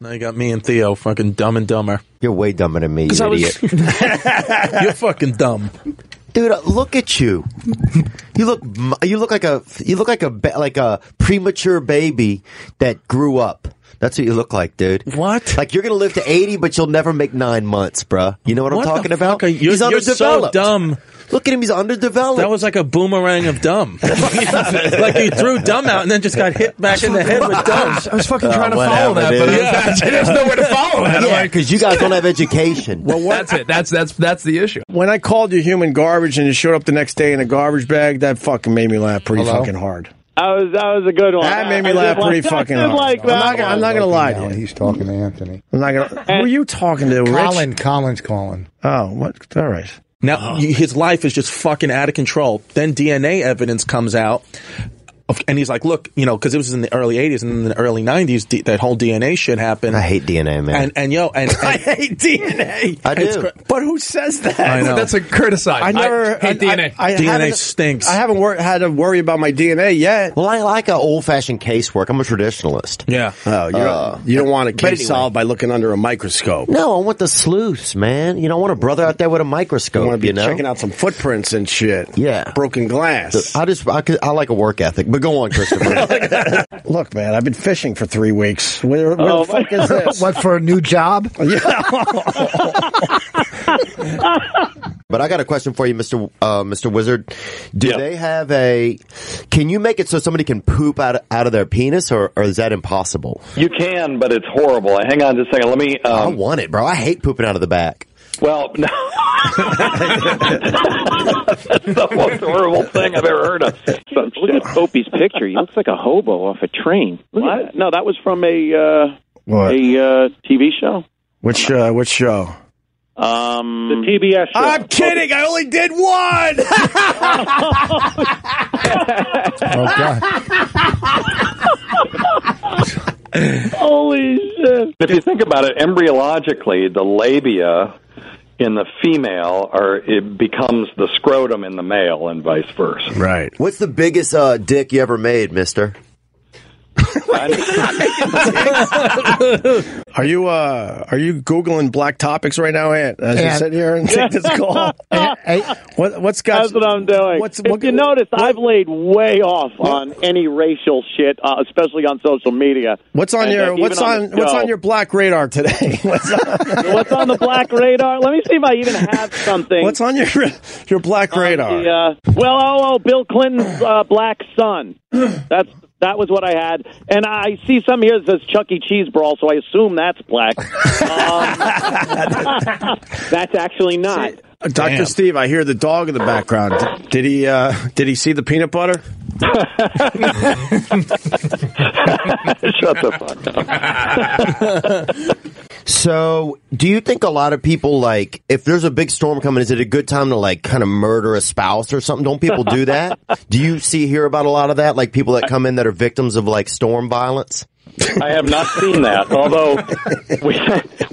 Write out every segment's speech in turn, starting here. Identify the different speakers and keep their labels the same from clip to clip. Speaker 1: Now you got me and Theo fucking dumb and dumber.
Speaker 2: You're way dumber than me, you
Speaker 1: 'Cause I was-
Speaker 2: idiot.
Speaker 1: You're fucking dumb.
Speaker 2: Dude, uh, look at you. You look m- you look like a you look like a ba- like a premature baby that grew up. That's what you look like, dude.
Speaker 1: What?
Speaker 2: Like you're gonna live to eighty, but you'll never make nine months, bruh. You know what,
Speaker 1: What
Speaker 2: I'm
Speaker 1: the
Speaker 2: talking
Speaker 1: fuck
Speaker 2: about?
Speaker 1: are you-
Speaker 2: he's
Speaker 1: you're
Speaker 2: underdeveloped.
Speaker 1: so dumb.
Speaker 2: Look at him; he's underdeveloped.
Speaker 1: That was like a boomerang of dumb. like you threw dumb out and then just got hit back in the head with dumb.
Speaker 3: I was fucking trying to follow
Speaker 2: Uh,
Speaker 3: that, but
Speaker 2: whatever, dude.
Speaker 3: I, was, there's nowhere to follow that. I'm
Speaker 2: yeah,
Speaker 3: like,
Speaker 2: because you guys don't have education. well,
Speaker 3: that's it. That's that's that's the issue.
Speaker 4: When I called you human garbage and it showed up the next day in a garbage bag, that fucking made me laugh pretty
Speaker 2: Hello?
Speaker 4: fucking hard.
Speaker 5: That was that was a good one.
Speaker 4: That made me
Speaker 5: I
Speaker 4: laugh
Speaker 5: did
Speaker 4: pretty
Speaker 5: like-
Speaker 4: fucking
Speaker 5: I did
Speaker 4: hard.
Speaker 5: Like
Speaker 4: I'm not,
Speaker 5: that
Speaker 4: gonna-
Speaker 5: one.
Speaker 4: I'm not gonna lie
Speaker 6: Now
Speaker 4: to you.
Speaker 6: he's talking to Anthony.
Speaker 4: I'm not gonna. Who are you talking to, Rich?
Speaker 6: Colin, Colin's calling.
Speaker 4: Oh, what? All right.
Speaker 1: Now y his life is just fucking out of control. Then DNA evidence comes out. of- And he's like, look, you know, because it was in the early '80s and in the early '90s, D- that whole DNA shit happened.
Speaker 2: I hate DNA, man.
Speaker 1: and and yo, and, and
Speaker 3: I hate DNA.
Speaker 2: I do.
Speaker 4: But who says that?
Speaker 1: I know.
Speaker 3: That's a criticize.
Speaker 4: I never
Speaker 3: hate
Speaker 4: I-
Speaker 3: DNA.
Speaker 4: I, I
Speaker 1: DNA
Speaker 4: haven't-
Speaker 1: stinks.
Speaker 4: I haven't wor- had to worry about my DNA yet.
Speaker 2: well, I like an old-fashioned casework. I'm a traditionalist.
Speaker 1: yeah,
Speaker 4: Oh, you don't, you don't want a case
Speaker 2: anyway.
Speaker 4: solved by looking under a microscope.
Speaker 2: No, I want the sleuths, man. You know, I want a brother out there with a microscope.
Speaker 4: You want to be
Speaker 2: you know,
Speaker 4: checking out some footprints and shit.
Speaker 2: Yeah.
Speaker 4: broken glass.
Speaker 2: I just I, could, I like a work ethic, but go on, Christopher.
Speaker 4: Look, man, I've been fishing for three weeks. Where, where
Speaker 5: Oh,
Speaker 4: the fuck is this?
Speaker 6: What for a new job?
Speaker 2: But I got a question for you, Mister uh, Mister Wizard. Do they have a? Can you make it so somebody can poop out of, out of their penis, or, or is that impossible?
Speaker 7: You can, but it's horrible. Hang on just a second. Let me.
Speaker 2: I
Speaker 7: Um,
Speaker 2: want it, bro. I hate pooping out of the back.
Speaker 7: well, no. That's the most horrible thing I've ever heard of. So,
Speaker 5: Look at Opie's picture. He looks like a hobo off a train. Look at that. No, that was from a uh,
Speaker 4: What?
Speaker 5: a uh, TV show.
Speaker 4: Which uh, which show?
Speaker 5: Um, the TBS show.
Speaker 4: I'm kidding. I only did one.
Speaker 6: Oh God!
Speaker 5: Holy shit!
Speaker 7: if you think about it, embryologically, the labia in the female are it becomes the scrotum in the male, and vice versa.
Speaker 4: right.
Speaker 2: What's the biggest uh, dick you ever made, Mister?
Speaker 4: Are you uh are you googling black topics right now, Ant? As you
Speaker 6: Ant.
Speaker 4: sit here and take this call,
Speaker 6: Hey,
Speaker 4: what what's got?
Speaker 5: That's what I'm doing.
Speaker 4: What's
Speaker 5: if
Speaker 4: what,
Speaker 5: you notice, I've laid way off on any racial shit, uh, especially on social media.
Speaker 4: What's on
Speaker 5: And, uh,
Speaker 4: your
Speaker 5: even
Speaker 4: what's
Speaker 5: on
Speaker 4: on
Speaker 5: the
Speaker 4: what's
Speaker 5: show.
Speaker 4: on your black radar today? What's on,
Speaker 5: What's on the black radar? Let me see if I even have something.
Speaker 4: what's on your your black radar?
Speaker 5: The, uh, well, oh, oh, Bill Clinton's uh, black son. That's that was what I had, and I see some here that says Chuck E. Cheese brawl, so I assume that's black. Um, that's actually not.
Speaker 4: Uh, Dr. Steve, I hear the dog in the background. D- Did he uh, did he see the peanut butter?
Speaker 7: Shut the fuck up.
Speaker 2: So, do you think a lot of people like if there's a big storm coming, is it a good time to like kind of murder a spouse or something? Don't people do that? do you see hear about a lot of that, like people that come in that are victims of like storm violence?
Speaker 7: I have not seen that. Although we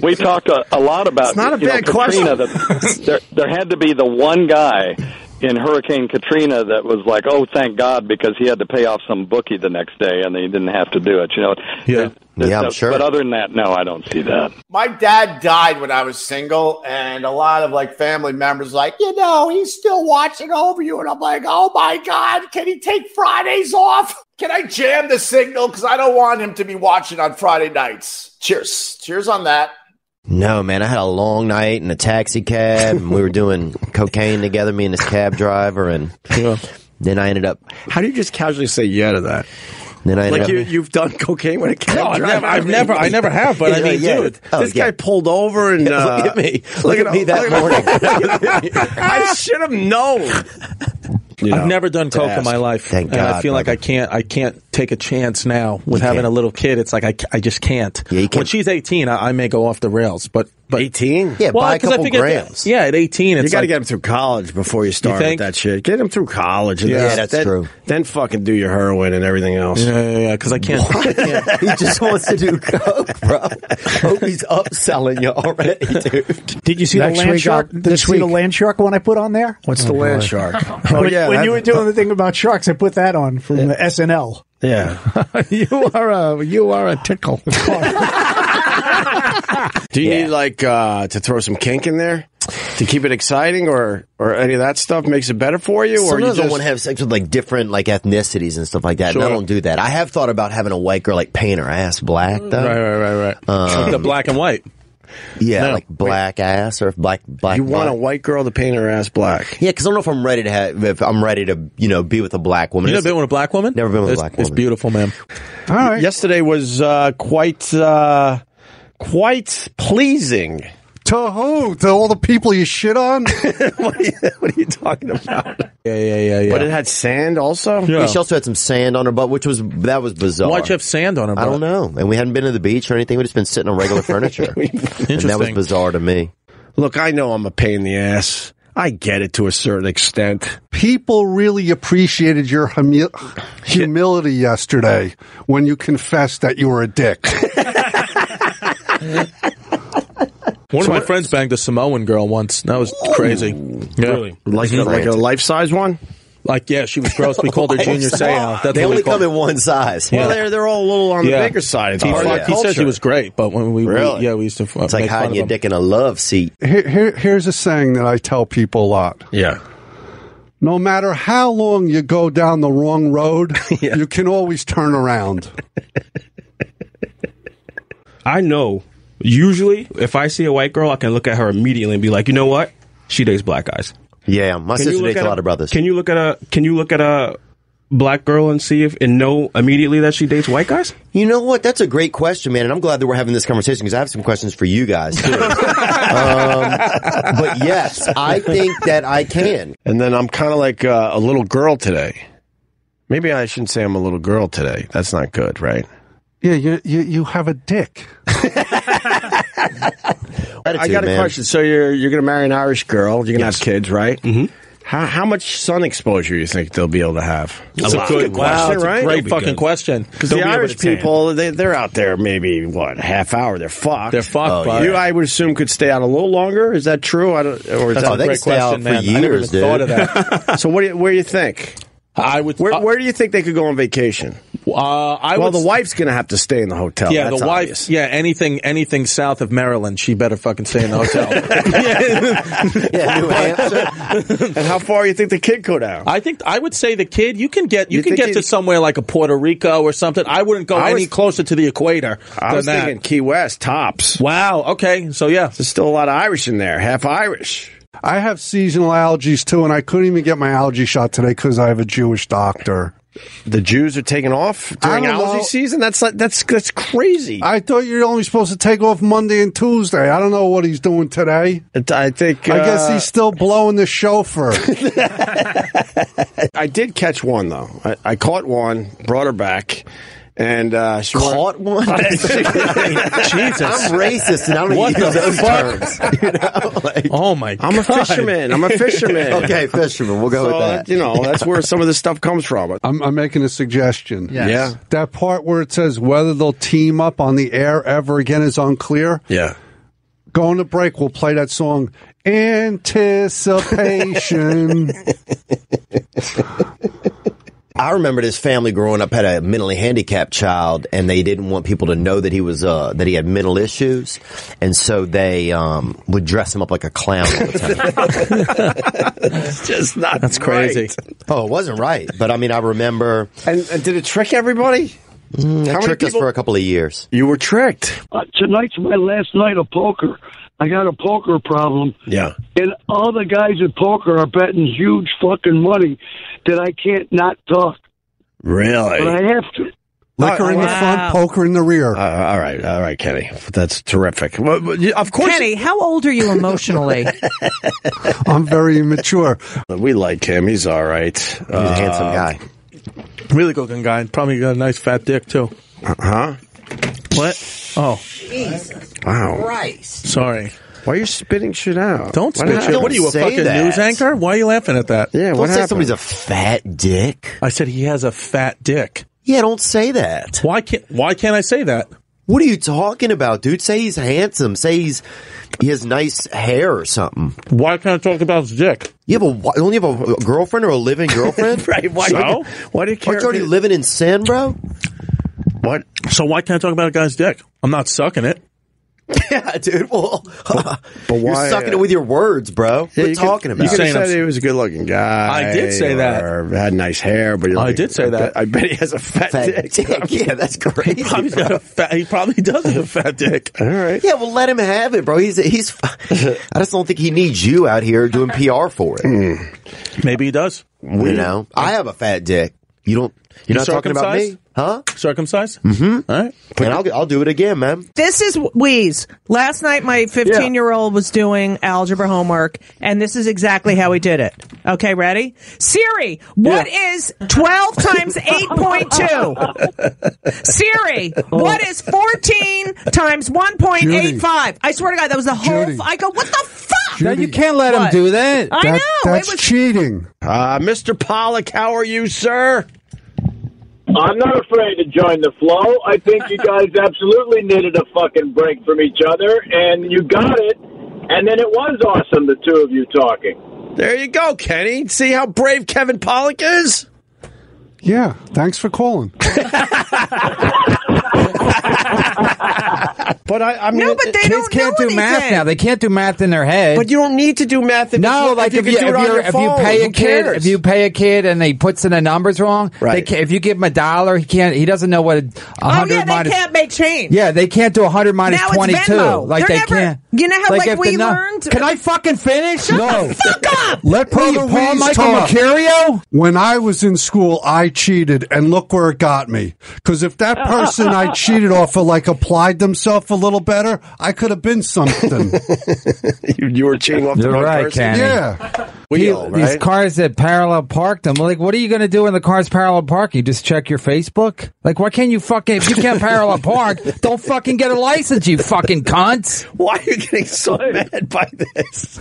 Speaker 7: we talked a, a lot about it's
Speaker 4: not a bad
Speaker 7: Katrina, That there there had to be the one guy in Hurricane Katrina that was like, oh, thank God, because he had to pay off some bookie the next day and he didn't have to do it. You know. Yeah.
Speaker 2: Yeah, I'm sure.
Speaker 7: But other than that, no, I don't see that.
Speaker 8: My dad died when I was single, and a lot of like family members like, you know, he's still watching over you, and I'm like, oh my god, can he take Fridays off? Can I jam the signal because I don't want him to be watching on Friday nights? Cheers, cheers on that.
Speaker 2: No, man, I had a long night in a taxi cab, and we were doing cocaine together, me and this cab driver, and then I ended up.
Speaker 4: How do you just casually say yeah to that?
Speaker 2: Then I ended
Speaker 4: Like you,
Speaker 2: up.
Speaker 4: you've done cocaine with a cab
Speaker 1: I've
Speaker 4: driver.
Speaker 1: never- I've never- I never have, but I
Speaker 4: Yeah,
Speaker 1: mean,
Speaker 4: yeah.
Speaker 1: dude,
Speaker 2: Oh,
Speaker 4: this
Speaker 2: yeah.
Speaker 4: guy pulled over and uh,
Speaker 2: Look at me. Look at me that morning.
Speaker 4: I should have known.
Speaker 1: I've never done coke in my life.
Speaker 2: Thank
Speaker 1: And I
Speaker 2: God,
Speaker 1: feel like
Speaker 2: brother.
Speaker 1: I can't. I can't take a chance now with having
Speaker 2: can't.
Speaker 1: a little kid. It's like I, ca- I just can't.
Speaker 2: Yeah, you
Speaker 1: When
Speaker 2: can't.
Speaker 1: she's eighteen, I, I may go off the rails. But but
Speaker 4: Eighteen.
Speaker 2: yeah, buy a
Speaker 1: because I
Speaker 2: couple
Speaker 1: think at-
Speaker 2: grams.
Speaker 1: yeah, at eighteen, it's
Speaker 4: You got to
Speaker 1: like,
Speaker 4: get him through college before you start with
Speaker 1: think?
Speaker 4: that shit. Get him through college. And
Speaker 2: Yeah,
Speaker 4: then-
Speaker 2: that's
Speaker 4: then-
Speaker 2: true.
Speaker 4: Then fucking do your heroin and everything else.
Speaker 1: Yeah, yeah, yeah. Because I can't. I can't.
Speaker 2: he just wants to do coke, bro. Hope he's upselling you already, dude.
Speaker 4: Did you see
Speaker 6: next week, I'll-
Speaker 9: uh,
Speaker 6: this week, the land shark one I put on there.
Speaker 4: What's the land shark? Oh
Speaker 6: when,
Speaker 4: yeah,
Speaker 6: when
Speaker 4: that-
Speaker 6: you were doing the thing about sharks, I put that on from the SNL.
Speaker 4: yeah.
Speaker 3: you are a you are a tickle.
Speaker 4: Do you need like uh, to throw some kink in there to keep it exciting, or or any of that stuff makes it better for you, or you
Speaker 2: Sometimes I
Speaker 4: just
Speaker 2: want to have sex with like different like ethnicities and stuff like that. And I
Speaker 4: Sure.
Speaker 2: don't do that. I have thought about having a white girl like paint her ass black though. Um,
Speaker 4: right, right, right, right.
Speaker 1: the black and white.
Speaker 2: Yeah,
Speaker 1: No.
Speaker 2: like black ass or black black.
Speaker 4: you want a
Speaker 2: black.
Speaker 4: white girl to paint her ass black?
Speaker 2: Yeah, because I don't know if I'm ready to have if I'm ready to you know be with a black woman.
Speaker 1: You never
Speaker 2: It's-
Speaker 1: been with a black woman?
Speaker 2: Never been with a
Speaker 1: It's-
Speaker 2: black
Speaker 1: It's
Speaker 2: woman.
Speaker 1: beautiful, man.
Speaker 6: All right.
Speaker 4: Yesterday was uh, quite uh, quite pleasing.
Speaker 9: To who? To all the people you shit on?
Speaker 4: what, are you, what are you talking about?
Speaker 1: Yeah, yeah, yeah, yeah.
Speaker 4: But it had sand also.
Speaker 1: Yeah.
Speaker 2: Yeah, she also had some sand on her butt, which was that was bizarre.
Speaker 1: Why'd you have sand on her?
Speaker 2: I don't
Speaker 1: butt?
Speaker 2: know, and we hadn't been to the beach or anything. We just been sitting on regular furniture, and that was
Speaker 1: Interesting.
Speaker 2: bizarre to me.
Speaker 4: Look, I know I'm a pain in the ass. I get it to a certain extent.
Speaker 9: People really appreciated your humi- humility yesterday when you confessed that you were a dick.
Speaker 1: One of my friends banged a Samoan girl once. That was crazy. Yeah.
Speaker 4: Like a, like a life size one.
Speaker 1: Like, yeah, she was gross. We called her Junior Seau. That's what we
Speaker 2: they only
Speaker 1: called
Speaker 2: come in one size.
Speaker 1: Yeah.
Speaker 4: Well, they're they're all a little on
Speaker 1: Yeah.
Speaker 4: the bigger side. It's
Speaker 1: He,
Speaker 4: part of
Speaker 1: fucked-
Speaker 4: the
Speaker 1: he said she
Speaker 4: culture.
Speaker 1: was great, but when we, we-
Speaker 4: Really?
Speaker 1: yeah, we used to. Uh,
Speaker 2: It's like hiding your dick in a love seat.
Speaker 9: Here, here, here's a saying that I tell people a lot.
Speaker 4: Yeah.
Speaker 9: No matter how long you go down the wrong road, you can always turn around.
Speaker 10: I know. Usually, if I see a white girl, I can look at her immediately and be like, you know what? She dates black guys.
Speaker 2: Yeah, my
Speaker 10: Can you
Speaker 2: sister
Speaker 10: look
Speaker 2: dates
Speaker 10: at
Speaker 2: a lot of brothers.
Speaker 10: Can you look at a Can you look at a black girl and see if and know immediately that she dates white guys?
Speaker 2: You know what? That's a great question, man, and I'm glad that we're having this conversation because I have some questions for you guys too. um, but yes, I think that I can.
Speaker 4: And then I'm kind of like uh, a little girl today. Maybe I shouldn't say I'm a little girl today. That's not good, right?
Speaker 9: Yeah, you, you, you have a dick.
Speaker 4: I got a
Speaker 2: man.
Speaker 4: question. So you're you're gonna marry an Irish girl. You're gonna have kids, right? Mm-hmm. How how much sun exposure you think they'll be able to have?
Speaker 1: It's a good question,
Speaker 4: question, right?
Speaker 1: Great
Speaker 4: That'll
Speaker 1: fucking question.
Speaker 4: Because the Irish people, they, they're out there maybe what a half hour. They're fucked.
Speaker 1: They're fucked, Oh, bud.
Speaker 4: You, I would assume, could stay out a little longer. Is that true? I don't. Or is
Speaker 1: That's
Speaker 2: Oh,
Speaker 1: a
Speaker 4: that,
Speaker 2: they
Speaker 1: great
Speaker 2: can stay out
Speaker 1: question, man. I
Speaker 2: for
Speaker 1: never even
Speaker 2: years, dude.
Speaker 1: thought of that.
Speaker 4: so what? Do you, where do you think?
Speaker 1: I would.
Speaker 4: Where where do you think they could go on vacation?
Speaker 1: uh, I
Speaker 4: Well,
Speaker 1: would.
Speaker 4: the wife's gonna have to stay in the hotel.
Speaker 1: yeah, the
Speaker 4: That's
Speaker 1: wife.
Speaker 4: obvious.
Speaker 1: Yeah, anything, anything south of Maryland, she better fucking stay in the hotel. Yeah.
Speaker 2: Yeah, New Hampshire.
Speaker 4: And how far you think the kid go down?
Speaker 1: I think I would say the kid. You can get you,
Speaker 4: You
Speaker 1: can
Speaker 4: think
Speaker 1: get
Speaker 4: you-
Speaker 1: to somewhere like a Puerto Rico or something. I wouldn't go
Speaker 4: I was-
Speaker 1: any closer to the equator
Speaker 4: I
Speaker 1: than
Speaker 4: was
Speaker 1: that.
Speaker 4: thinking Key West tops.
Speaker 1: Wow. Okay. So yeah,
Speaker 4: There's still a lot of Irish in there, half Irish.
Speaker 9: I have seasonal allergies too, and I couldn't even get my allergy shot today because I have a Jewish doctor.
Speaker 4: The Jews are taking off during
Speaker 9: I don't
Speaker 4: allergy
Speaker 9: know.
Speaker 4: season. That's like that's that's crazy. I,
Speaker 9: I thought you're only supposed to take off Monday and Tuesday. I don't know what he's doing today.
Speaker 4: I think
Speaker 9: I guess
Speaker 4: uh,
Speaker 9: he's still blowing the chauffeur.
Speaker 4: I did catch one though. I, I caught one, brought her back, and uh, she wanted-
Speaker 2: Caught one?
Speaker 1: Jesus.
Speaker 2: I'm racist and I don't
Speaker 1: What
Speaker 2: use
Speaker 1: the
Speaker 2: those terms. You know? Like,
Speaker 1: Oh my.
Speaker 4: I'm a
Speaker 1: God.
Speaker 4: fisherman. I'm a fisherman.
Speaker 2: okay, fisherman, we'll go
Speaker 4: so
Speaker 2: with that.
Speaker 4: you know that's where some of this stuff comes from.
Speaker 9: I'm, I'm making a suggestion.
Speaker 4: Yeah.
Speaker 9: That part where it says whether they'll team up on the air ever again is unclear.
Speaker 4: Yeah.
Speaker 9: Going to break, we'll play that song. Anticipation.
Speaker 2: I remember this family growing up had a mentally handicapped child, and they didn't want people to know that he was uh, that he had mental issues, and so they um, would dress him up like a clown all the time.
Speaker 4: It's just not.
Speaker 1: That's crazy.
Speaker 2: oh, it wasn't right, but I mean, I remember Mm,
Speaker 4: And, and did it trick everybody? How
Speaker 2: it
Speaker 4: many
Speaker 2: tricked us
Speaker 4: people?
Speaker 2: for a couple of years.
Speaker 4: you were tricked.
Speaker 11: uh, tonight's my last night of poker. I got a poker problem,
Speaker 4: Yeah.
Speaker 11: and all the guys at poker are betting huge fucking money that I can't not talk, but
Speaker 4: Really.
Speaker 11: I have to. Oh,
Speaker 9: Liquor in the front, poker in the rear.
Speaker 4: Uh, all right, all right, Kenny. That's terrific. Well, but you- of course,
Speaker 12: Kenny, how old are you emotionally?
Speaker 9: I'm very immature.
Speaker 4: we like him. He's all right. Uh,
Speaker 2: He's a handsome guy.
Speaker 1: Really good looking guy. and Probably got a nice fat dick too.
Speaker 4: huh?
Speaker 1: What? Oh,
Speaker 4: Wow.
Speaker 1: sorry.
Speaker 4: Why are you spitting shit out?
Speaker 1: Don't
Speaker 4: What
Speaker 1: spit.
Speaker 4: happened?
Speaker 1: your- What are you, a
Speaker 2: Say
Speaker 1: fucking
Speaker 2: that.
Speaker 1: news anchor? Why are you laughing at that?
Speaker 4: Yeah,
Speaker 2: Don't
Speaker 4: what
Speaker 2: say
Speaker 4: happened?
Speaker 2: somebody's a fat dick.
Speaker 1: I said he has a fat dick.
Speaker 2: Yeah, don't say that.
Speaker 1: Why can't Why can't I say that?
Speaker 2: What are you talking about, dude? Say he's handsome. Say he's he has nice hair or something.
Speaker 1: Why can't I talk about his dick?
Speaker 2: You have a wi- don't you have a girlfriend or a living girlfriend?
Speaker 4: right. Why?
Speaker 1: So?
Speaker 4: Why do you care?
Speaker 2: Aren't you already living in sin, bro?
Speaker 4: what?
Speaker 1: So why can't I talk about a guy's dick? I'm not sucking it.
Speaker 2: yeah, dude. Well,
Speaker 4: But why? uh,
Speaker 2: you're
Speaker 1: uh,
Speaker 2: sucking it with your words, bro. What you talking about?
Speaker 4: You could have said he was a good-looking guy.
Speaker 2: I did say
Speaker 4: or
Speaker 2: that.
Speaker 4: Had nice hair, but you're
Speaker 1: I
Speaker 4: like,
Speaker 1: did say
Speaker 4: I bet-
Speaker 1: that.
Speaker 4: I bet he has a fat, dick.
Speaker 2: yeah, that's
Speaker 1: He
Speaker 2: crazy.
Speaker 1: probably, got a fat, he probably does have a fat dick.
Speaker 4: All right.
Speaker 2: Yeah, well, let him have it, bro. He's he's. I just don't think he needs you out here doing PR for it.
Speaker 4: Hmm.
Speaker 1: Maybe he does.
Speaker 2: You know, I have a fat dick. You don't. You're not talking about me,
Speaker 1: circumcised?
Speaker 2: huh?
Speaker 1: Circumcised.
Speaker 2: Mm-hmm.
Speaker 1: All right,
Speaker 2: and I'll I'll do it again, man.
Speaker 12: This is Wheeze. Last night, my 15 year old was doing algebra homework, and this is exactly how he did it. Okay, ready? Siri, What is 12 times 8.2? Siri, what is 14 times 1.85? I swear to God, that was the whole. F- I go, what the fuck?
Speaker 9: No, you can't let him
Speaker 12: What?
Speaker 9: do that.
Speaker 12: I
Speaker 9: That-
Speaker 12: know.
Speaker 9: that's
Speaker 12: it was
Speaker 9: cheating.
Speaker 4: Uh, Mr. Pollock, how are you, sir?
Speaker 13: I'm not afraid to join the flow. I think you guys absolutely needed a fucking break from each other, and you got it. And then it was awesome, the two of you talking.
Speaker 4: There you go, Kenny. See how brave Kevin Pollock is?
Speaker 9: Yeah, thanks for calling.
Speaker 4: But I, I
Speaker 12: mean, no, but they
Speaker 14: Kids
Speaker 12: don't
Speaker 14: can't
Speaker 12: know
Speaker 14: do math
Speaker 12: anything.
Speaker 14: now. They can't do math in their head.
Speaker 4: But you don't need to do math. If
Speaker 14: no,
Speaker 4: you- if
Speaker 14: like
Speaker 4: you
Speaker 14: if
Speaker 4: can
Speaker 14: you
Speaker 4: do it
Speaker 14: if,
Speaker 4: on
Speaker 14: you
Speaker 4: your
Speaker 14: if you
Speaker 4: phone,
Speaker 14: pay a
Speaker 4: who
Speaker 14: kid
Speaker 4: cares?
Speaker 14: if you pay a kid and they puts in the numbers wrong,
Speaker 4: Right.
Speaker 14: They ca if you give him a dollar, he can't. He doesn't know what a a
Speaker 12: Oh,
Speaker 14: hundred
Speaker 12: yeah, they
Speaker 14: minus.
Speaker 12: can't make change.
Speaker 14: yeah, they can't do 100 minus
Speaker 12: Now it's
Speaker 14: 22.
Speaker 12: Venmo.
Speaker 14: Like
Speaker 12: They're
Speaker 14: they
Speaker 12: never-
Speaker 14: can't.
Speaker 12: you know how, like,
Speaker 14: if the
Speaker 12: we
Speaker 14: nu-
Speaker 12: learned-
Speaker 14: Can I fucking finish? no.
Speaker 12: fuck up.
Speaker 14: Let Paul,
Speaker 9: Will
Speaker 14: Paul
Speaker 9: Reeves
Speaker 14: Michael
Speaker 9: talk.
Speaker 14: Mercurio.
Speaker 9: When I was in school, I cheated, and look where it got me. Because if that person I cheated off of like applied themselves a little better, I could have been something.
Speaker 4: you, you were cheating off
Speaker 14: You're
Speaker 4: the wrong
Speaker 14: right,
Speaker 4: person.
Speaker 14: Kenny.
Speaker 4: Wheel,
Speaker 14: Pe- These
Speaker 4: right?
Speaker 14: cars that parallel parked them. Like, what are you going to do when the car's parallel park? You just check your Facebook? Like, why can't you fucking, if you can't parallel park, don't fucking get a license, you fucking cunts.
Speaker 4: Why are you getting so mad by this?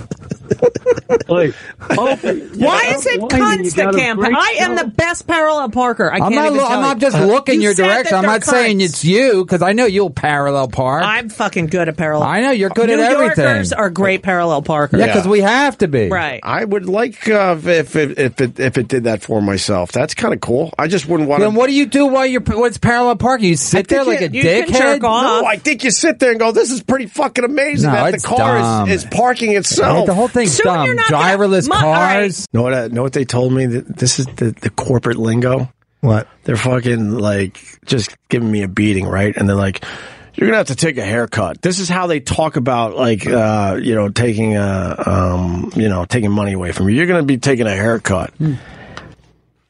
Speaker 12: Why is it cunts that can't? pa- I am the best parallel parker. I
Speaker 14: I'm
Speaker 12: can't
Speaker 14: not,
Speaker 12: even
Speaker 14: lo-
Speaker 12: tell
Speaker 14: I'm
Speaker 12: you.
Speaker 14: not just looking
Speaker 12: You
Speaker 14: your
Speaker 12: said that
Speaker 14: direction. I'm
Speaker 12: they're
Speaker 14: not saying
Speaker 12: cunts.
Speaker 14: it's you because I know you'll parallel park.
Speaker 12: I'm fucking good at parallel.
Speaker 14: I know, you're good
Speaker 12: New
Speaker 14: at everything.
Speaker 12: Yorkers are great parallel parkers.
Speaker 14: yeah, because we have to be.
Speaker 12: Right.
Speaker 4: I would like uh, if if if it, if it did that for myself. That's kind of cool. I just wouldn't want
Speaker 14: Then
Speaker 4: to.
Speaker 14: what do you do while you're, what's parallel parking? You sit there like a dickhead?
Speaker 4: No, I think you sit there and go, "This is pretty fucking amazing
Speaker 14: No,
Speaker 4: that the
Speaker 14: it's
Speaker 4: car
Speaker 14: dumb.
Speaker 4: is, is parking
Speaker 14: Right,
Speaker 4: itself."
Speaker 14: the whole thing's dumb. Driverless cars.
Speaker 4: Know what? I, know what they told me? That This is the, the corporate lingo.
Speaker 14: What?
Speaker 4: They're fucking like just giving me a beating, right? And they're like, "You're gonna have to take a haircut." This is how they talk about like uh, you know taking uh, um, you know taking money away from you. You're gonna be taking a haircut.
Speaker 14: Hmm.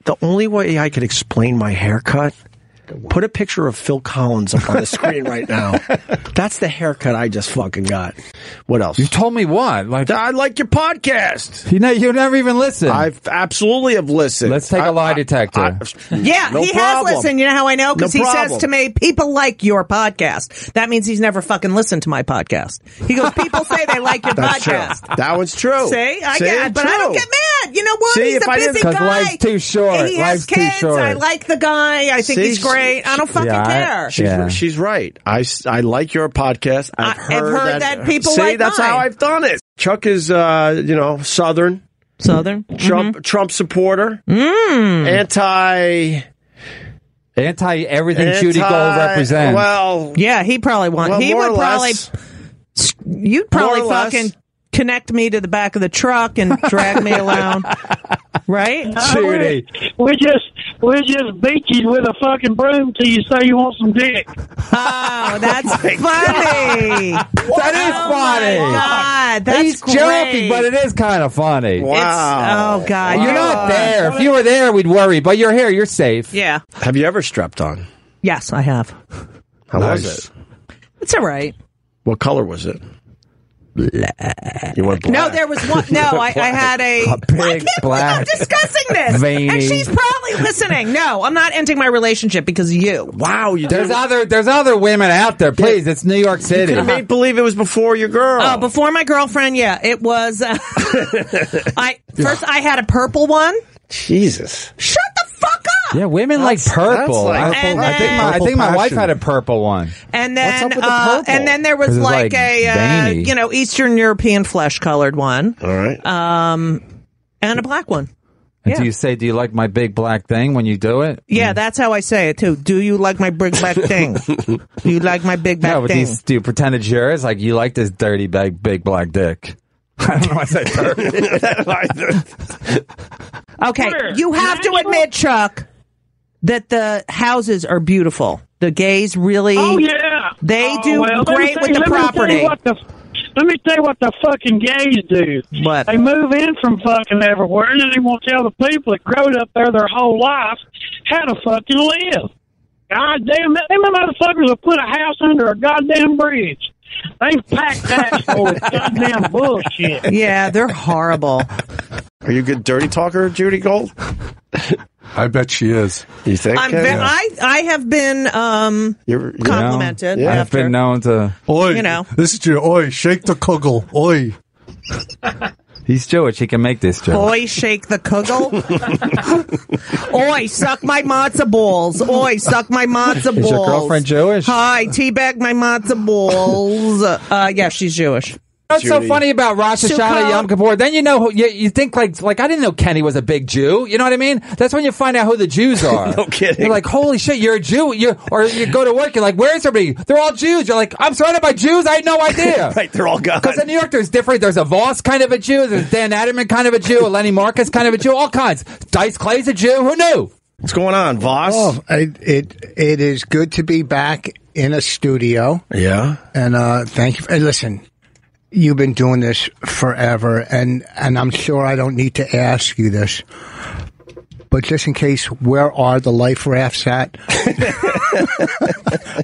Speaker 4: The only way I could explain my haircut. Put a picture of Phil Collins up on the screen right now. That's the haircut I just fucking got. What else? You
Speaker 14: told me what? Like
Speaker 4: I like your podcast.
Speaker 14: You know, you never even listen.
Speaker 4: I absolutely have listened.
Speaker 14: Let's take a lie detector.
Speaker 12: Yeah,
Speaker 4: No
Speaker 12: he
Speaker 4: problem.
Speaker 12: has listened. You know how I know? Because
Speaker 4: No
Speaker 12: he says
Speaker 4: problem.
Speaker 12: to me, people like your podcast. That means he's never fucking listened to my podcast. He goes, people say they like your
Speaker 4: That's true.
Speaker 12: podcast.
Speaker 4: That one's true.
Speaker 12: See? I
Speaker 4: See?
Speaker 12: get it, but I don't
Speaker 4: True.
Speaker 12: get mad. You know what?
Speaker 4: See,
Speaker 12: he's
Speaker 4: if
Speaker 12: a
Speaker 4: I didn't-
Speaker 12: busy
Speaker 4: 'Cause
Speaker 12: guy.
Speaker 4: life's too short. Life's
Speaker 12: He has
Speaker 4: too
Speaker 12: kids.
Speaker 4: short.
Speaker 12: I like the guy. I think
Speaker 4: See,
Speaker 12: he's
Speaker 4: she-
Speaker 12: great. I don't fucking
Speaker 4: Yeah, I-
Speaker 12: care.
Speaker 4: She's, she's right. I, s- I like your podcast. I've heard,
Speaker 12: heard that people
Speaker 4: See,
Speaker 12: like
Speaker 4: that's how
Speaker 12: mine.
Speaker 4: I've done it. Chuck is, uh, you know, Southern.
Speaker 12: Southern. Mm-hmm. Mm.
Speaker 4: Trump Trump supporter. Anti.
Speaker 14: Anti everything Judy Gold represents.
Speaker 4: Well,
Speaker 12: Yeah, he probably wants.
Speaker 4: Well,
Speaker 12: he
Speaker 4: more
Speaker 12: would
Speaker 4: or
Speaker 12: probably.
Speaker 4: less.
Speaker 12: You'd probably
Speaker 4: More or less.
Speaker 12: fucking connect me to the back of the truck and drag me around, right?
Speaker 13: Judy. We're just we're just beat you with a fucking broom till you say you want some dick.
Speaker 12: Oh, that's funny. Oh
Speaker 14: That is funny.
Speaker 12: God, that's
Speaker 14: He's
Speaker 12: great.
Speaker 14: joking, but it is kind of funny.
Speaker 12: Wow. oh, God,
Speaker 14: You're
Speaker 12: you
Speaker 14: not
Speaker 12: are.
Speaker 14: there. If you were there, we'd worry. But you're here. You're safe.
Speaker 12: Yeah.
Speaker 4: Have you ever strapped on?
Speaker 12: Yes, I have.
Speaker 4: How
Speaker 14: Nice.
Speaker 4: was it?
Speaker 12: It's all right.
Speaker 4: What color was it? Black. You went black.
Speaker 12: No, there was one. No, I, I had a.
Speaker 14: A big black.
Speaker 12: Discussing this,
Speaker 14: Veiny.
Speaker 12: and she's probably listening. No, I'm not ending my relationship because of you.
Speaker 4: Wow, you
Speaker 14: There's other. There's other women out there. Please, it's New York City.
Speaker 4: You made believe it was before your girl.
Speaker 12: Uh, before my girlfriend, yeah, it was. Uh, I first I had a purple one.
Speaker 4: Jesus.
Speaker 12: Shut the fuck up.
Speaker 14: Yeah, women like purple.
Speaker 12: like
Speaker 14: I,
Speaker 12: purple-
Speaker 14: I think my, I
Speaker 12: Purple
Speaker 14: think my wife
Speaker 12: passion.
Speaker 14: had a purple one.
Speaker 12: And then
Speaker 14: What's up with the
Speaker 12: uh,
Speaker 14: purple?
Speaker 12: and then there
Speaker 14: 'Cause
Speaker 12: was
Speaker 14: it's,
Speaker 12: like,
Speaker 14: like,
Speaker 12: a uh,
Speaker 14: veiny.
Speaker 12: you know Eastern European flesh colored one.
Speaker 4: All right.
Speaker 12: Um, and a black one.
Speaker 14: And
Speaker 12: Yeah.
Speaker 14: do you say, do you like my big black thing when you do it?
Speaker 12: Yeah, that's how I say it too. Do you like my big back thing? do you like my big back
Speaker 14: No, but do
Speaker 12: thing?
Speaker 14: you, do you pretend it's yours? Like, you like this dirty big, big black dick. I don't know why I said dirty.
Speaker 12: Okay, you have to admit, Chuck, that the houses are beautiful. The gays really,
Speaker 15: Oh, yeah.
Speaker 12: they
Speaker 15: Oh,
Speaker 12: do
Speaker 15: well, let me
Speaker 12: great
Speaker 15: tell
Speaker 12: with
Speaker 15: you-
Speaker 12: the
Speaker 15: let me tell you
Speaker 12: property.
Speaker 15: what the- Let me tell you what the fucking gays do.
Speaker 12: What?
Speaker 15: They move in from fucking everywhere, and then they won't tell the people that growed up there their whole life how to fucking live. God damn it. Them motherfuckers will put a house under a goddamn bridge. They've packed that full with goddamn bullshit.
Speaker 12: yeah, they're horrible.
Speaker 9: Are you a good dirty talker, Judy Gold? I bet she is.
Speaker 4: You think?
Speaker 12: I'm ve- I I have been um complimented.
Speaker 14: I've
Speaker 12: after.
Speaker 14: been known to.
Speaker 9: Oi,
Speaker 12: You know.
Speaker 9: This is your oi. Shake the kugel. Oi.
Speaker 14: He's Jewish. He can make this joke.
Speaker 12: Oi, shake the kugel. Oi, suck my matzo balls. Oi, suck my matzo balls.
Speaker 14: Is your girlfriend Jewish?
Speaker 12: Hi, teabag my matzo balls. Uh, yeah, she's Jewish.
Speaker 14: That's so funny about Rosh Hashanah,
Speaker 12: Sukkot.
Speaker 14: Yom Kippur. Then you know who you, you think like like I didn't know Kenny was a big Jew. You know what I mean? That's when you find out who the Jews are. no kidding. You're like, holy shit, you're a Jew. You or you go to work, you're like, where's everybody? They're all Jews. You're like, I'm surrounded by Jews. I had no idea.
Speaker 4: right, they're all gone.
Speaker 14: Because in New York, there's different. There's a Voss kind of a Jew. There's Dan Adamant kind of a Jew. A Lenny Marcus kind of a Jew. All kinds. Dice Clay's a Jew. Who knew?
Speaker 4: What's going on, Voss?
Speaker 16: Oh, it, it it is good to be back in a studio.
Speaker 17: Yeah.
Speaker 16: and uh, thank you. And listen, you've been doing this forever, and and I'm sure I don't need to ask you this, but just in case, where are the life rafts at?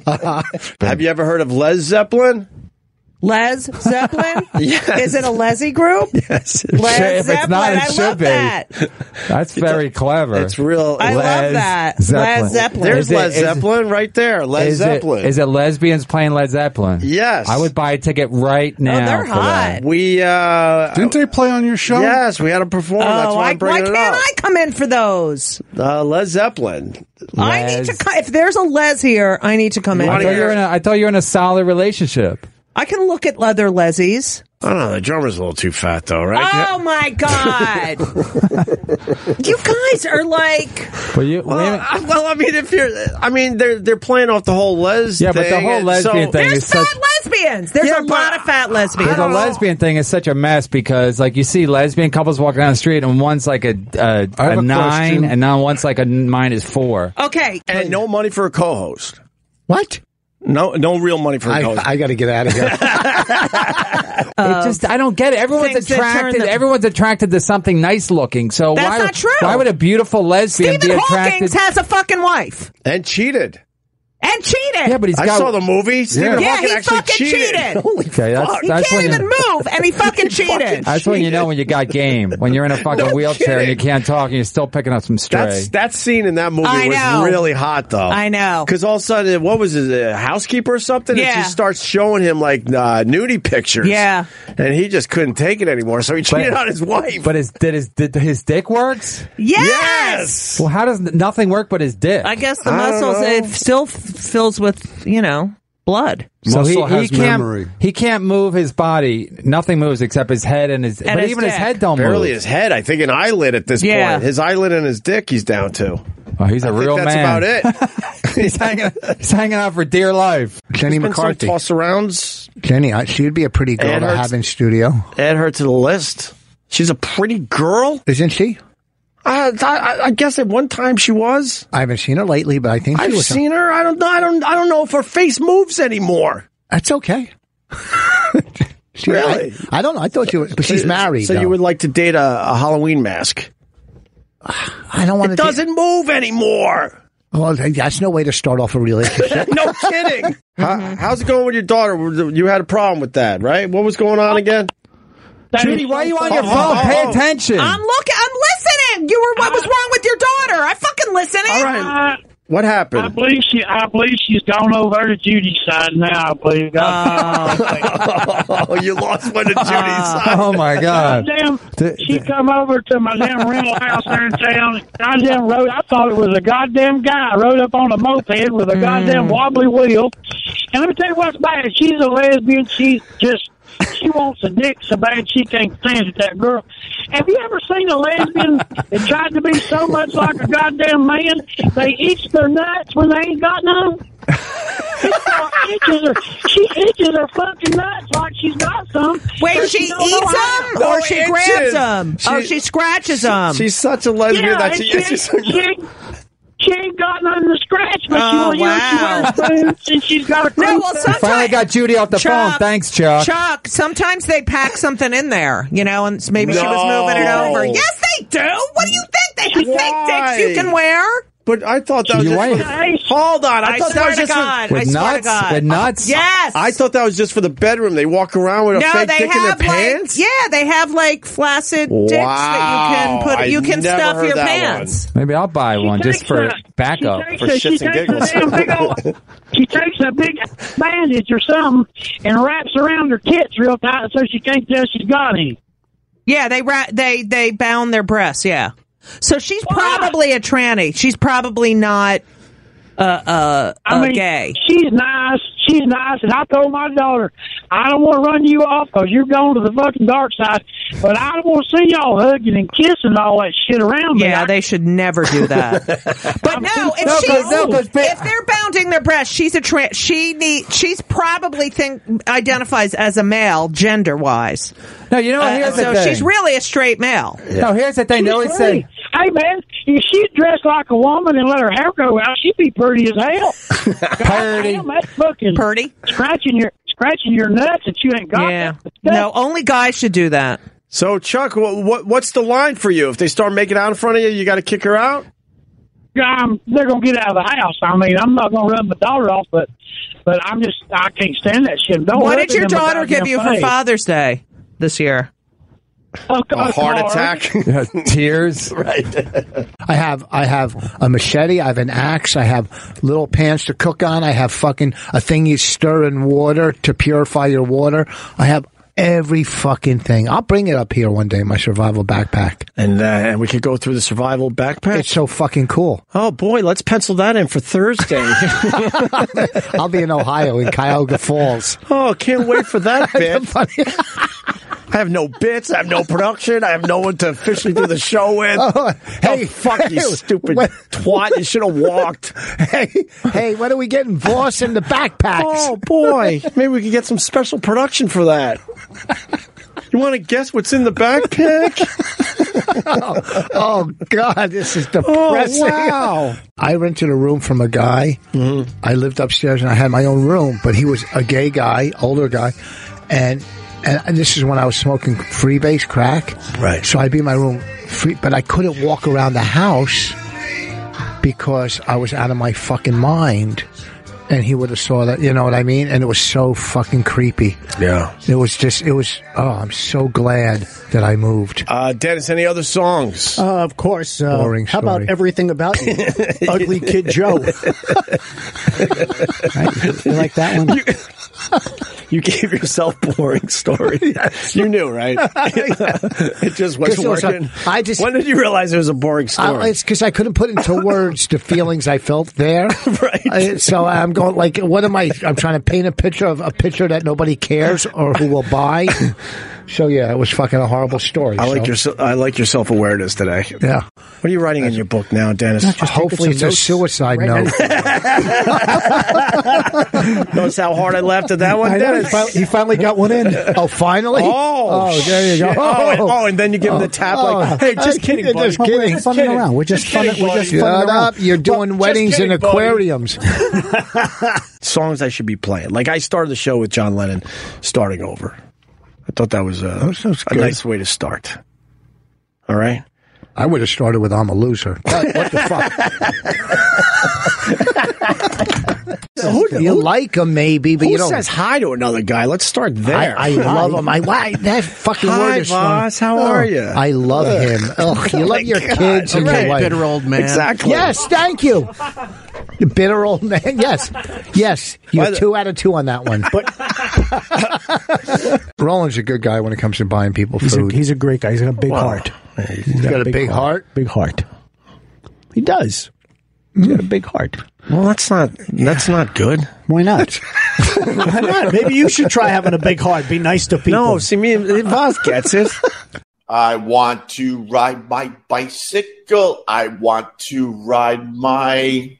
Speaker 16: Uh,
Speaker 4: Have you ever heard of Les Zeppelin?
Speaker 12: Les Zeppelin?
Speaker 4: Yes.
Speaker 12: Is it a Leslie group?
Speaker 4: Yes.
Speaker 12: Les
Speaker 14: Sure, if
Speaker 12: Zeppelin.
Speaker 14: it's not, it
Speaker 12: I
Speaker 14: should
Speaker 12: love
Speaker 14: be.
Speaker 12: that.
Speaker 14: That's very clever.
Speaker 4: It's real.
Speaker 12: I love that. Les Zeppelin.
Speaker 4: There's
Speaker 14: Is it-
Speaker 4: Les
Speaker 14: is-
Speaker 4: Zeppelin right there. Les
Speaker 14: is
Speaker 4: Zeppelin.
Speaker 14: It, is it lesbians playing Led Zeppelin?
Speaker 4: Yes.
Speaker 14: I would buy a ticket
Speaker 12: Oh,
Speaker 14: right now. for that.
Speaker 4: We uh,
Speaker 9: didn't they play on your show?
Speaker 4: Yes, we had them perform. That's
Speaker 12: Oh,
Speaker 4: why
Speaker 12: I,
Speaker 4: I'm
Speaker 12: why
Speaker 4: bringing
Speaker 12: can't
Speaker 4: it up.
Speaker 12: I come in for those?
Speaker 4: Uh, Les Zeppelin.
Speaker 12: I need to. co- If there's a Les here, I need to come in.
Speaker 14: I thought, you were
Speaker 12: here.
Speaker 14: in a, I thought you were in a solid relationship.
Speaker 12: I can look at leather lesies.
Speaker 4: I don't know. The drummer's a little too fat, though, right?
Speaker 12: Oh my god! you guys are like
Speaker 14: Well, you, wait a minute.
Speaker 4: I- well, I mean, if you're, I mean, they're they're playing off the whole les.
Speaker 14: Yeah, but the
Speaker 4: thing,
Speaker 14: whole
Speaker 4: and
Speaker 14: lesbian
Speaker 4: so-
Speaker 14: thing is such.
Speaker 12: lesbians. There's a lot of fat lesbians.
Speaker 14: The lesbian thing is such a mess because, like, you see lesbian couples walking down the street, and one's like a a,
Speaker 4: I have
Speaker 14: a
Speaker 4: a
Speaker 14: nine,
Speaker 4: question.
Speaker 14: and now one's like a n- minus four.
Speaker 12: Okay,
Speaker 4: and no money for a co-host.
Speaker 16: What?
Speaker 4: No, no real money for a co-host.
Speaker 16: I got to get out of here.
Speaker 14: it just I don't get it. Everyone's
Speaker 12: Uh, things that turn
Speaker 14: attracted.
Speaker 12: them-
Speaker 14: Everyone's attracted to something nice looking. So
Speaker 12: That's
Speaker 14: why,
Speaker 12: not true.
Speaker 14: Why would a beautiful lesbian
Speaker 12: Stephen
Speaker 14: be
Speaker 12: Hawking
Speaker 14: attracted?
Speaker 12: has a fucking wife
Speaker 4: and cheated.
Speaker 12: and cheated.
Speaker 14: yeah, but he's
Speaker 4: I
Speaker 14: got.
Speaker 4: saw the movie. Stephen
Speaker 12: Yeah,
Speaker 4: Hawking
Speaker 12: he
Speaker 4: actually
Speaker 12: fucking
Speaker 4: cheated.
Speaker 12: cheated.
Speaker 4: Holy
Speaker 14: Okay, that's,
Speaker 4: fuck.
Speaker 12: He
Speaker 14: that's
Speaker 12: can't
Speaker 14: when
Speaker 12: even
Speaker 14: you,
Speaker 12: move, and he fucking cheated.
Speaker 14: That's when you know when you got game. When you're in a fucking
Speaker 4: No
Speaker 14: wheelchair and you
Speaker 4: kidding.
Speaker 14: can't talk and you're still picking up some stray.
Speaker 4: That's that scene in that movie
Speaker 12: I know.
Speaker 4: was really hot though.
Speaker 12: I know.
Speaker 4: Because all of a sudden, what was it, a housekeeper or something?
Speaker 12: Yeah.
Speaker 4: And she starts showing him like uh, nudie pictures.
Speaker 12: Yeah.
Speaker 4: And he just couldn't take it anymore, so he cheated on his wife.
Speaker 14: But his did his did his dick works?
Speaker 12: Yes.
Speaker 14: Well, how does nothing work but his dick?
Speaker 12: I guess the
Speaker 14: I don't
Speaker 12: muscles
Speaker 14: know.
Speaker 12: it still f- fills with you know blood.
Speaker 14: So he,
Speaker 9: Muscle
Speaker 14: he
Speaker 9: has
Speaker 14: can't
Speaker 9: memory.
Speaker 14: he can't move his body. Nothing moves except his head and his.
Speaker 12: And
Speaker 14: but
Speaker 12: his
Speaker 14: even his
Speaker 12: dick.
Speaker 14: head don't
Speaker 4: Barely
Speaker 14: move.
Speaker 4: his head, I think, an eyelid at this
Speaker 14: Yeah.
Speaker 4: point. His eyelid and his dick, he's down to.
Speaker 14: Oh, he's a real
Speaker 4: that's
Speaker 14: man.
Speaker 4: about
Speaker 14: it. he's hanging. He's hanging out for dear life.
Speaker 16: Jenny
Speaker 4: There's been some
Speaker 16: McCarthy.
Speaker 4: toss arounds.
Speaker 16: Jenny, I, she'd be a pretty girl
Speaker 4: Ann
Speaker 16: to
Speaker 4: Hertz-
Speaker 16: have in studio,
Speaker 4: Add her to the list. She's a pretty girl,
Speaker 16: isn't she?
Speaker 4: Uh, I, I guess at one time she was.
Speaker 16: I haven't seen her lately, but I think she
Speaker 4: I've
Speaker 16: was.
Speaker 4: seen her. I don't. know. I don't. I don't know if her face moves anymore.
Speaker 16: That's okay. She-
Speaker 4: Really?
Speaker 16: I, I don't know. I thought she was, but she's married.
Speaker 4: Uh, So
Speaker 16: though.
Speaker 4: you would like to date a, a Halloween mask?
Speaker 16: I don't want
Speaker 4: It
Speaker 16: to.
Speaker 4: doesn't move anymore.
Speaker 16: Well, that's no way to start off a relationship.
Speaker 4: no kidding. How, how's it going with your daughter? You had a problem with that, right? What was going on again? Oh,
Speaker 14: Judy, why are you on your phone? Pay attention.
Speaker 12: I'm looking. I'm listening. You were. What was
Speaker 4: Ah.
Speaker 12: wrong with your daughter? I fucking listening. All right.
Speaker 15: I,
Speaker 4: What
Speaker 15: I
Speaker 4: happened?
Speaker 15: believe she. I believe she's gone over to Judy's side now. I believe. God,
Speaker 4: oh, you lost one to Judy's side.
Speaker 14: oh my god.
Speaker 15: Goddamn,
Speaker 14: Th-
Speaker 15: she come over to my damn rental house there in town. Goddamn road, I thought it was a goddamn guy rode up on a moped with a
Speaker 14: Mm.
Speaker 15: goddamn wobbly wheel. And let me tell you what's bad. She's a lesbian. She's just she wants a dick so bad she can't stand it, that girl. Have you ever seen a lesbian that tried to be so much like a goddamn man they itch their nuts when they ain't got none? She itches her, she itches her fucking nuts like she's got some.
Speaker 12: Wait,
Speaker 15: but
Speaker 12: she
Speaker 15: don't know
Speaker 12: eats
Speaker 15: how-
Speaker 12: them or she grabs them? oh, she scratches them.
Speaker 18: She's such a lesbian
Speaker 15: Yeah,
Speaker 18: that she
Speaker 15: and
Speaker 18: itches her
Speaker 15: she, she, ain't- she ain't got nothing to scratch, but
Speaker 14: Oh,
Speaker 15: she, wow. she
Speaker 14: wow.
Speaker 15: wears boots and she's got a
Speaker 12: No,
Speaker 15: crew
Speaker 12: well,
Speaker 15: cut.
Speaker 12: sometimes
Speaker 14: Finally got Judy off the phone. Thanks, Chuck.
Speaker 12: Chuck. Sometimes they pack something in there, you know, and maybe she was moving it
Speaker 14: No.
Speaker 12: over. Yes, they do. What do you think? They have fake dicks you can wear.
Speaker 4: But I thought that was
Speaker 12: Your
Speaker 4: just for
Speaker 12: wife.
Speaker 4: the, hold on. I,
Speaker 12: I
Speaker 4: thought
Speaker 12: swear
Speaker 4: that was
Speaker 12: to
Speaker 4: just
Speaker 12: God.
Speaker 4: for,
Speaker 12: With I swear to nuts? God. With nuts? Yes.
Speaker 4: I thought that was just for the bedroom. They walk around with a
Speaker 12: no,
Speaker 4: fake
Speaker 12: they
Speaker 4: dick in
Speaker 12: have
Speaker 4: their
Speaker 12: like
Speaker 4: pants.
Speaker 12: yeah, they have like flaccid dicks that you can
Speaker 4: Wow,
Speaker 12: put.
Speaker 4: I
Speaker 12: you can
Speaker 4: never
Speaker 12: stuff
Speaker 4: heard
Speaker 12: your
Speaker 4: that
Speaker 12: pants.
Speaker 14: Maybe I'll buy one just for backup.
Speaker 15: She takes a- she takes a damn big old- She takes a big bandage or something and wraps around her tits real tight so she can't tell she's got any.
Speaker 12: Yeah, they ra- they they bound their breasts. Yeah, so she's probably a tranny. She's probably not uh uh,
Speaker 15: I
Speaker 12: uh,
Speaker 15: mean,
Speaker 12: gay.
Speaker 15: She's nice. She's nice. And I told my daughter, I don't want to run you off 'cause you're going to the fucking dark side. But I don't want to see y'all hugging and kissing and all that shit around me.
Speaker 12: Yeah, they should never do that. but no, if
Speaker 15: No, 'cause-
Speaker 12: she's,
Speaker 15: no, 'cause
Speaker 12: if they're bounding their breasts, she's a trans. She need she's probably think identifies as a male gender wise.
Speaker 14: No, you know what? Here's the
Speaker 12: so
Speaker 14: thing.
Speaker 12: she's really a straight male.
Speaker 14: No, here's the thing. They always say,
Speaker 15: Hey man, if she dressed like a woman and let her hair go out, she'd be pretty as hell. Purdy, that's fucking
Speaker 12: purdy.
Speaker 15: Scratching your scratching your nuts that you ain't got.
Speaker 12: Yeah. No, only guys should do that.
Speaker 4: So, Chuck, what, what what's the line for you? If they start making out in front of you, you got to kick her out.
Speaker 15: Um, they're gonna get out of the house. I mean, I'm not gonna run my daughter off, but but I'm just I can't stand that shit. Don't
Speaker 12: what
Speaker 15: hug
Speaker 12: did
Speaker 15: it
Speaker 12: your
Speaker 15: in my
Speaker 12: daughter
Speaker 15: goddamn
Speaker 12: give you for
Speaker 15: face.
Speaker 12: Father's Day this year?
Speaker 15: A,
Speaker 4: a heart
Speaker 15: car.
Speaker 4: attack.
Speaker 14: tears.
Speaker 4: right.
Speaker 16: I have I have a machete. I have an axe. I have little pans to cook on. I have fucking a thing you stir in water to purify your water. I have every fucking thing. I'll bring it up here one day. My survival backpack.
Speaker 18: And uh, and we could go through the survival backpack.
Speaker 16: It's so fucking cool.
Speaker 4: Oh boy, let's pencil that in for Thursday.
Speaker 16: I'll be in Ohio in Cuyahoga Falls.
Speaker 4: oh, can't wait for that bit. I have no bits. I have no production. I have no one to officially do the show with.
Speaker 16: Oh,
Speaker 4: hey, fuck you, stupid twat! You should have walked.
Speaker 16: Hey, hey, what are we getting? Voss in the backpacks.
Speaker 4: Oh boy, maybe we could get some special production for that. You want to guess what's in the backpack?
Speaker 16: oh, oh, God, this
Speaker 4: Oh,
Speaker 16: is depressing.
Speaker 4: wow.
Speaker 16: I rented a room from a guy. I lived upstairs and I had my own room, but he was a gay guy, older guy, and and this is when I was smoking freebase crack. Right. So I'd be in my room free, but I couldn't walk around the house because I was out of my fucking mind. And he would have saw that, you know what I mean? And it was so fucking creepy.
Speaker 4: Yeah.
Speaker 16: It was just, it was, oh, I'm so glad that I moved.
Speaker 4: Uh, Dennis, any other songs?
Speaker 2: Uh, of course. Uh,
Speaker 16: Boring
Speaker 2: how about
Speaker 16: story.
Speaker 2: everything about you? Ugly Kid Joe.
Speaker 4: You like that one? You, you gave yourself boring story. You knew, right? it just wasn't
Speaker 16: Just-
Speaker 4: working.
Speaker 16: I just-
Speaker 4: when did you realize it was a boring story?
Speaker 16: I, it's because I couldn't put into words the feelings I felt there. right. so I'm going like, what am I? I'm trying to paint a picture of a picture that nobody cares or who will buy. so yeah, it was fucking a horrible story.
Speaker 4: I like
Speaker 16: so.
Speaker 4: your se- I like your self awareness today.
Speaker 16: Yeah.
Speaker 4: What are you writing in your book now, Dennis?
Speaker 16: Hopefully, it's a suicide note.
Speaker 4: Notice how hard I laughed at that one,
Speaker 2: I know, he,
Speaker 4: Dennis.
Speaker 2: fi- he finally got one in.
Speaker 16: Oh, finally!
Speaker 4: Oh,
Speaker 2: Oh, there you go.
Speaker 4: shit. Oh, and, oh, and then you give him the tap like, "Hey, just kidding, buddy.
Speaker 2: Just kidding. We're just funning around. We're just funning. We're just
Speaker 16: Shut
Speaker 2: funning around.
Speaker 16: up! You're doing weddings
Speaker 4: kidding,
Speaker 16: and
Speaker 4: buddy.
Speaker 16: aquariums.
Speaker 4: songs I should be playing. Like I started the show with John Lennon, starting over. I thought that was a, a
Speaker 16: good.
Speaker 4: nice way to start. All right.
Speaker 16: I would have started with "I'm a loser." what the fuck? you like him, maybe, but
Speaker 4: Who
Speaker 16: you don't.
Speaker 4: says hi to another guy? Let's start there.
Speaker 16: I, I love him. I why that fucking
Speaker 4: Hi,
Speaker 16: word is
Speaker 4: boss.
Speaker 16: strong.
Speaker 4: How
Speaker 16: Oh,
Speaker 4: are you?
Speaker 16: I love
Speaker 4: Ugh.
Speaker 16: him. Ugh, you
Speaker 4: Oh my
Speaker 16: love your
Speaker 4: God.
Speaker 16: kids and
Speaker 4: Right.
Speaker 16: your wife.
Speaker 4: Bitter old man. Exactly.
Speaker 16: Yes, thank you. You bitter old man. Yes, yes.
Speaker 4: Why
Speaker 16: You're
Speaker 4: the-
Speaker 16: two out of two on that one. But Roland's a good guy when it comes to buying people
Speaker 2: He's a,
Speaker 16: food.
Speaker 2: he's a great guy. He's got a big heart.
Speaker 16: he's got a big heart.
Speaker 2: Big heart. He does.
Speaker 19: He's got a big heart. Well, that's not that's not good. Why not?
Speaker 15: Why not? Maybe you should try having a big heart. Be nice to people.
Speaker 19: No, see me. eh? Vaz gets it.
Speaker 4: I want to ride my bicycle. I want to ride my.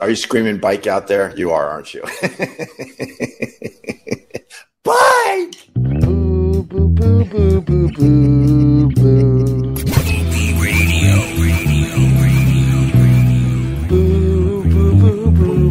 Speaker 4: Are you screaming bike out there? You are, aren't you? bike!
Speaker 15: Oh.
Speaker 16: Boo,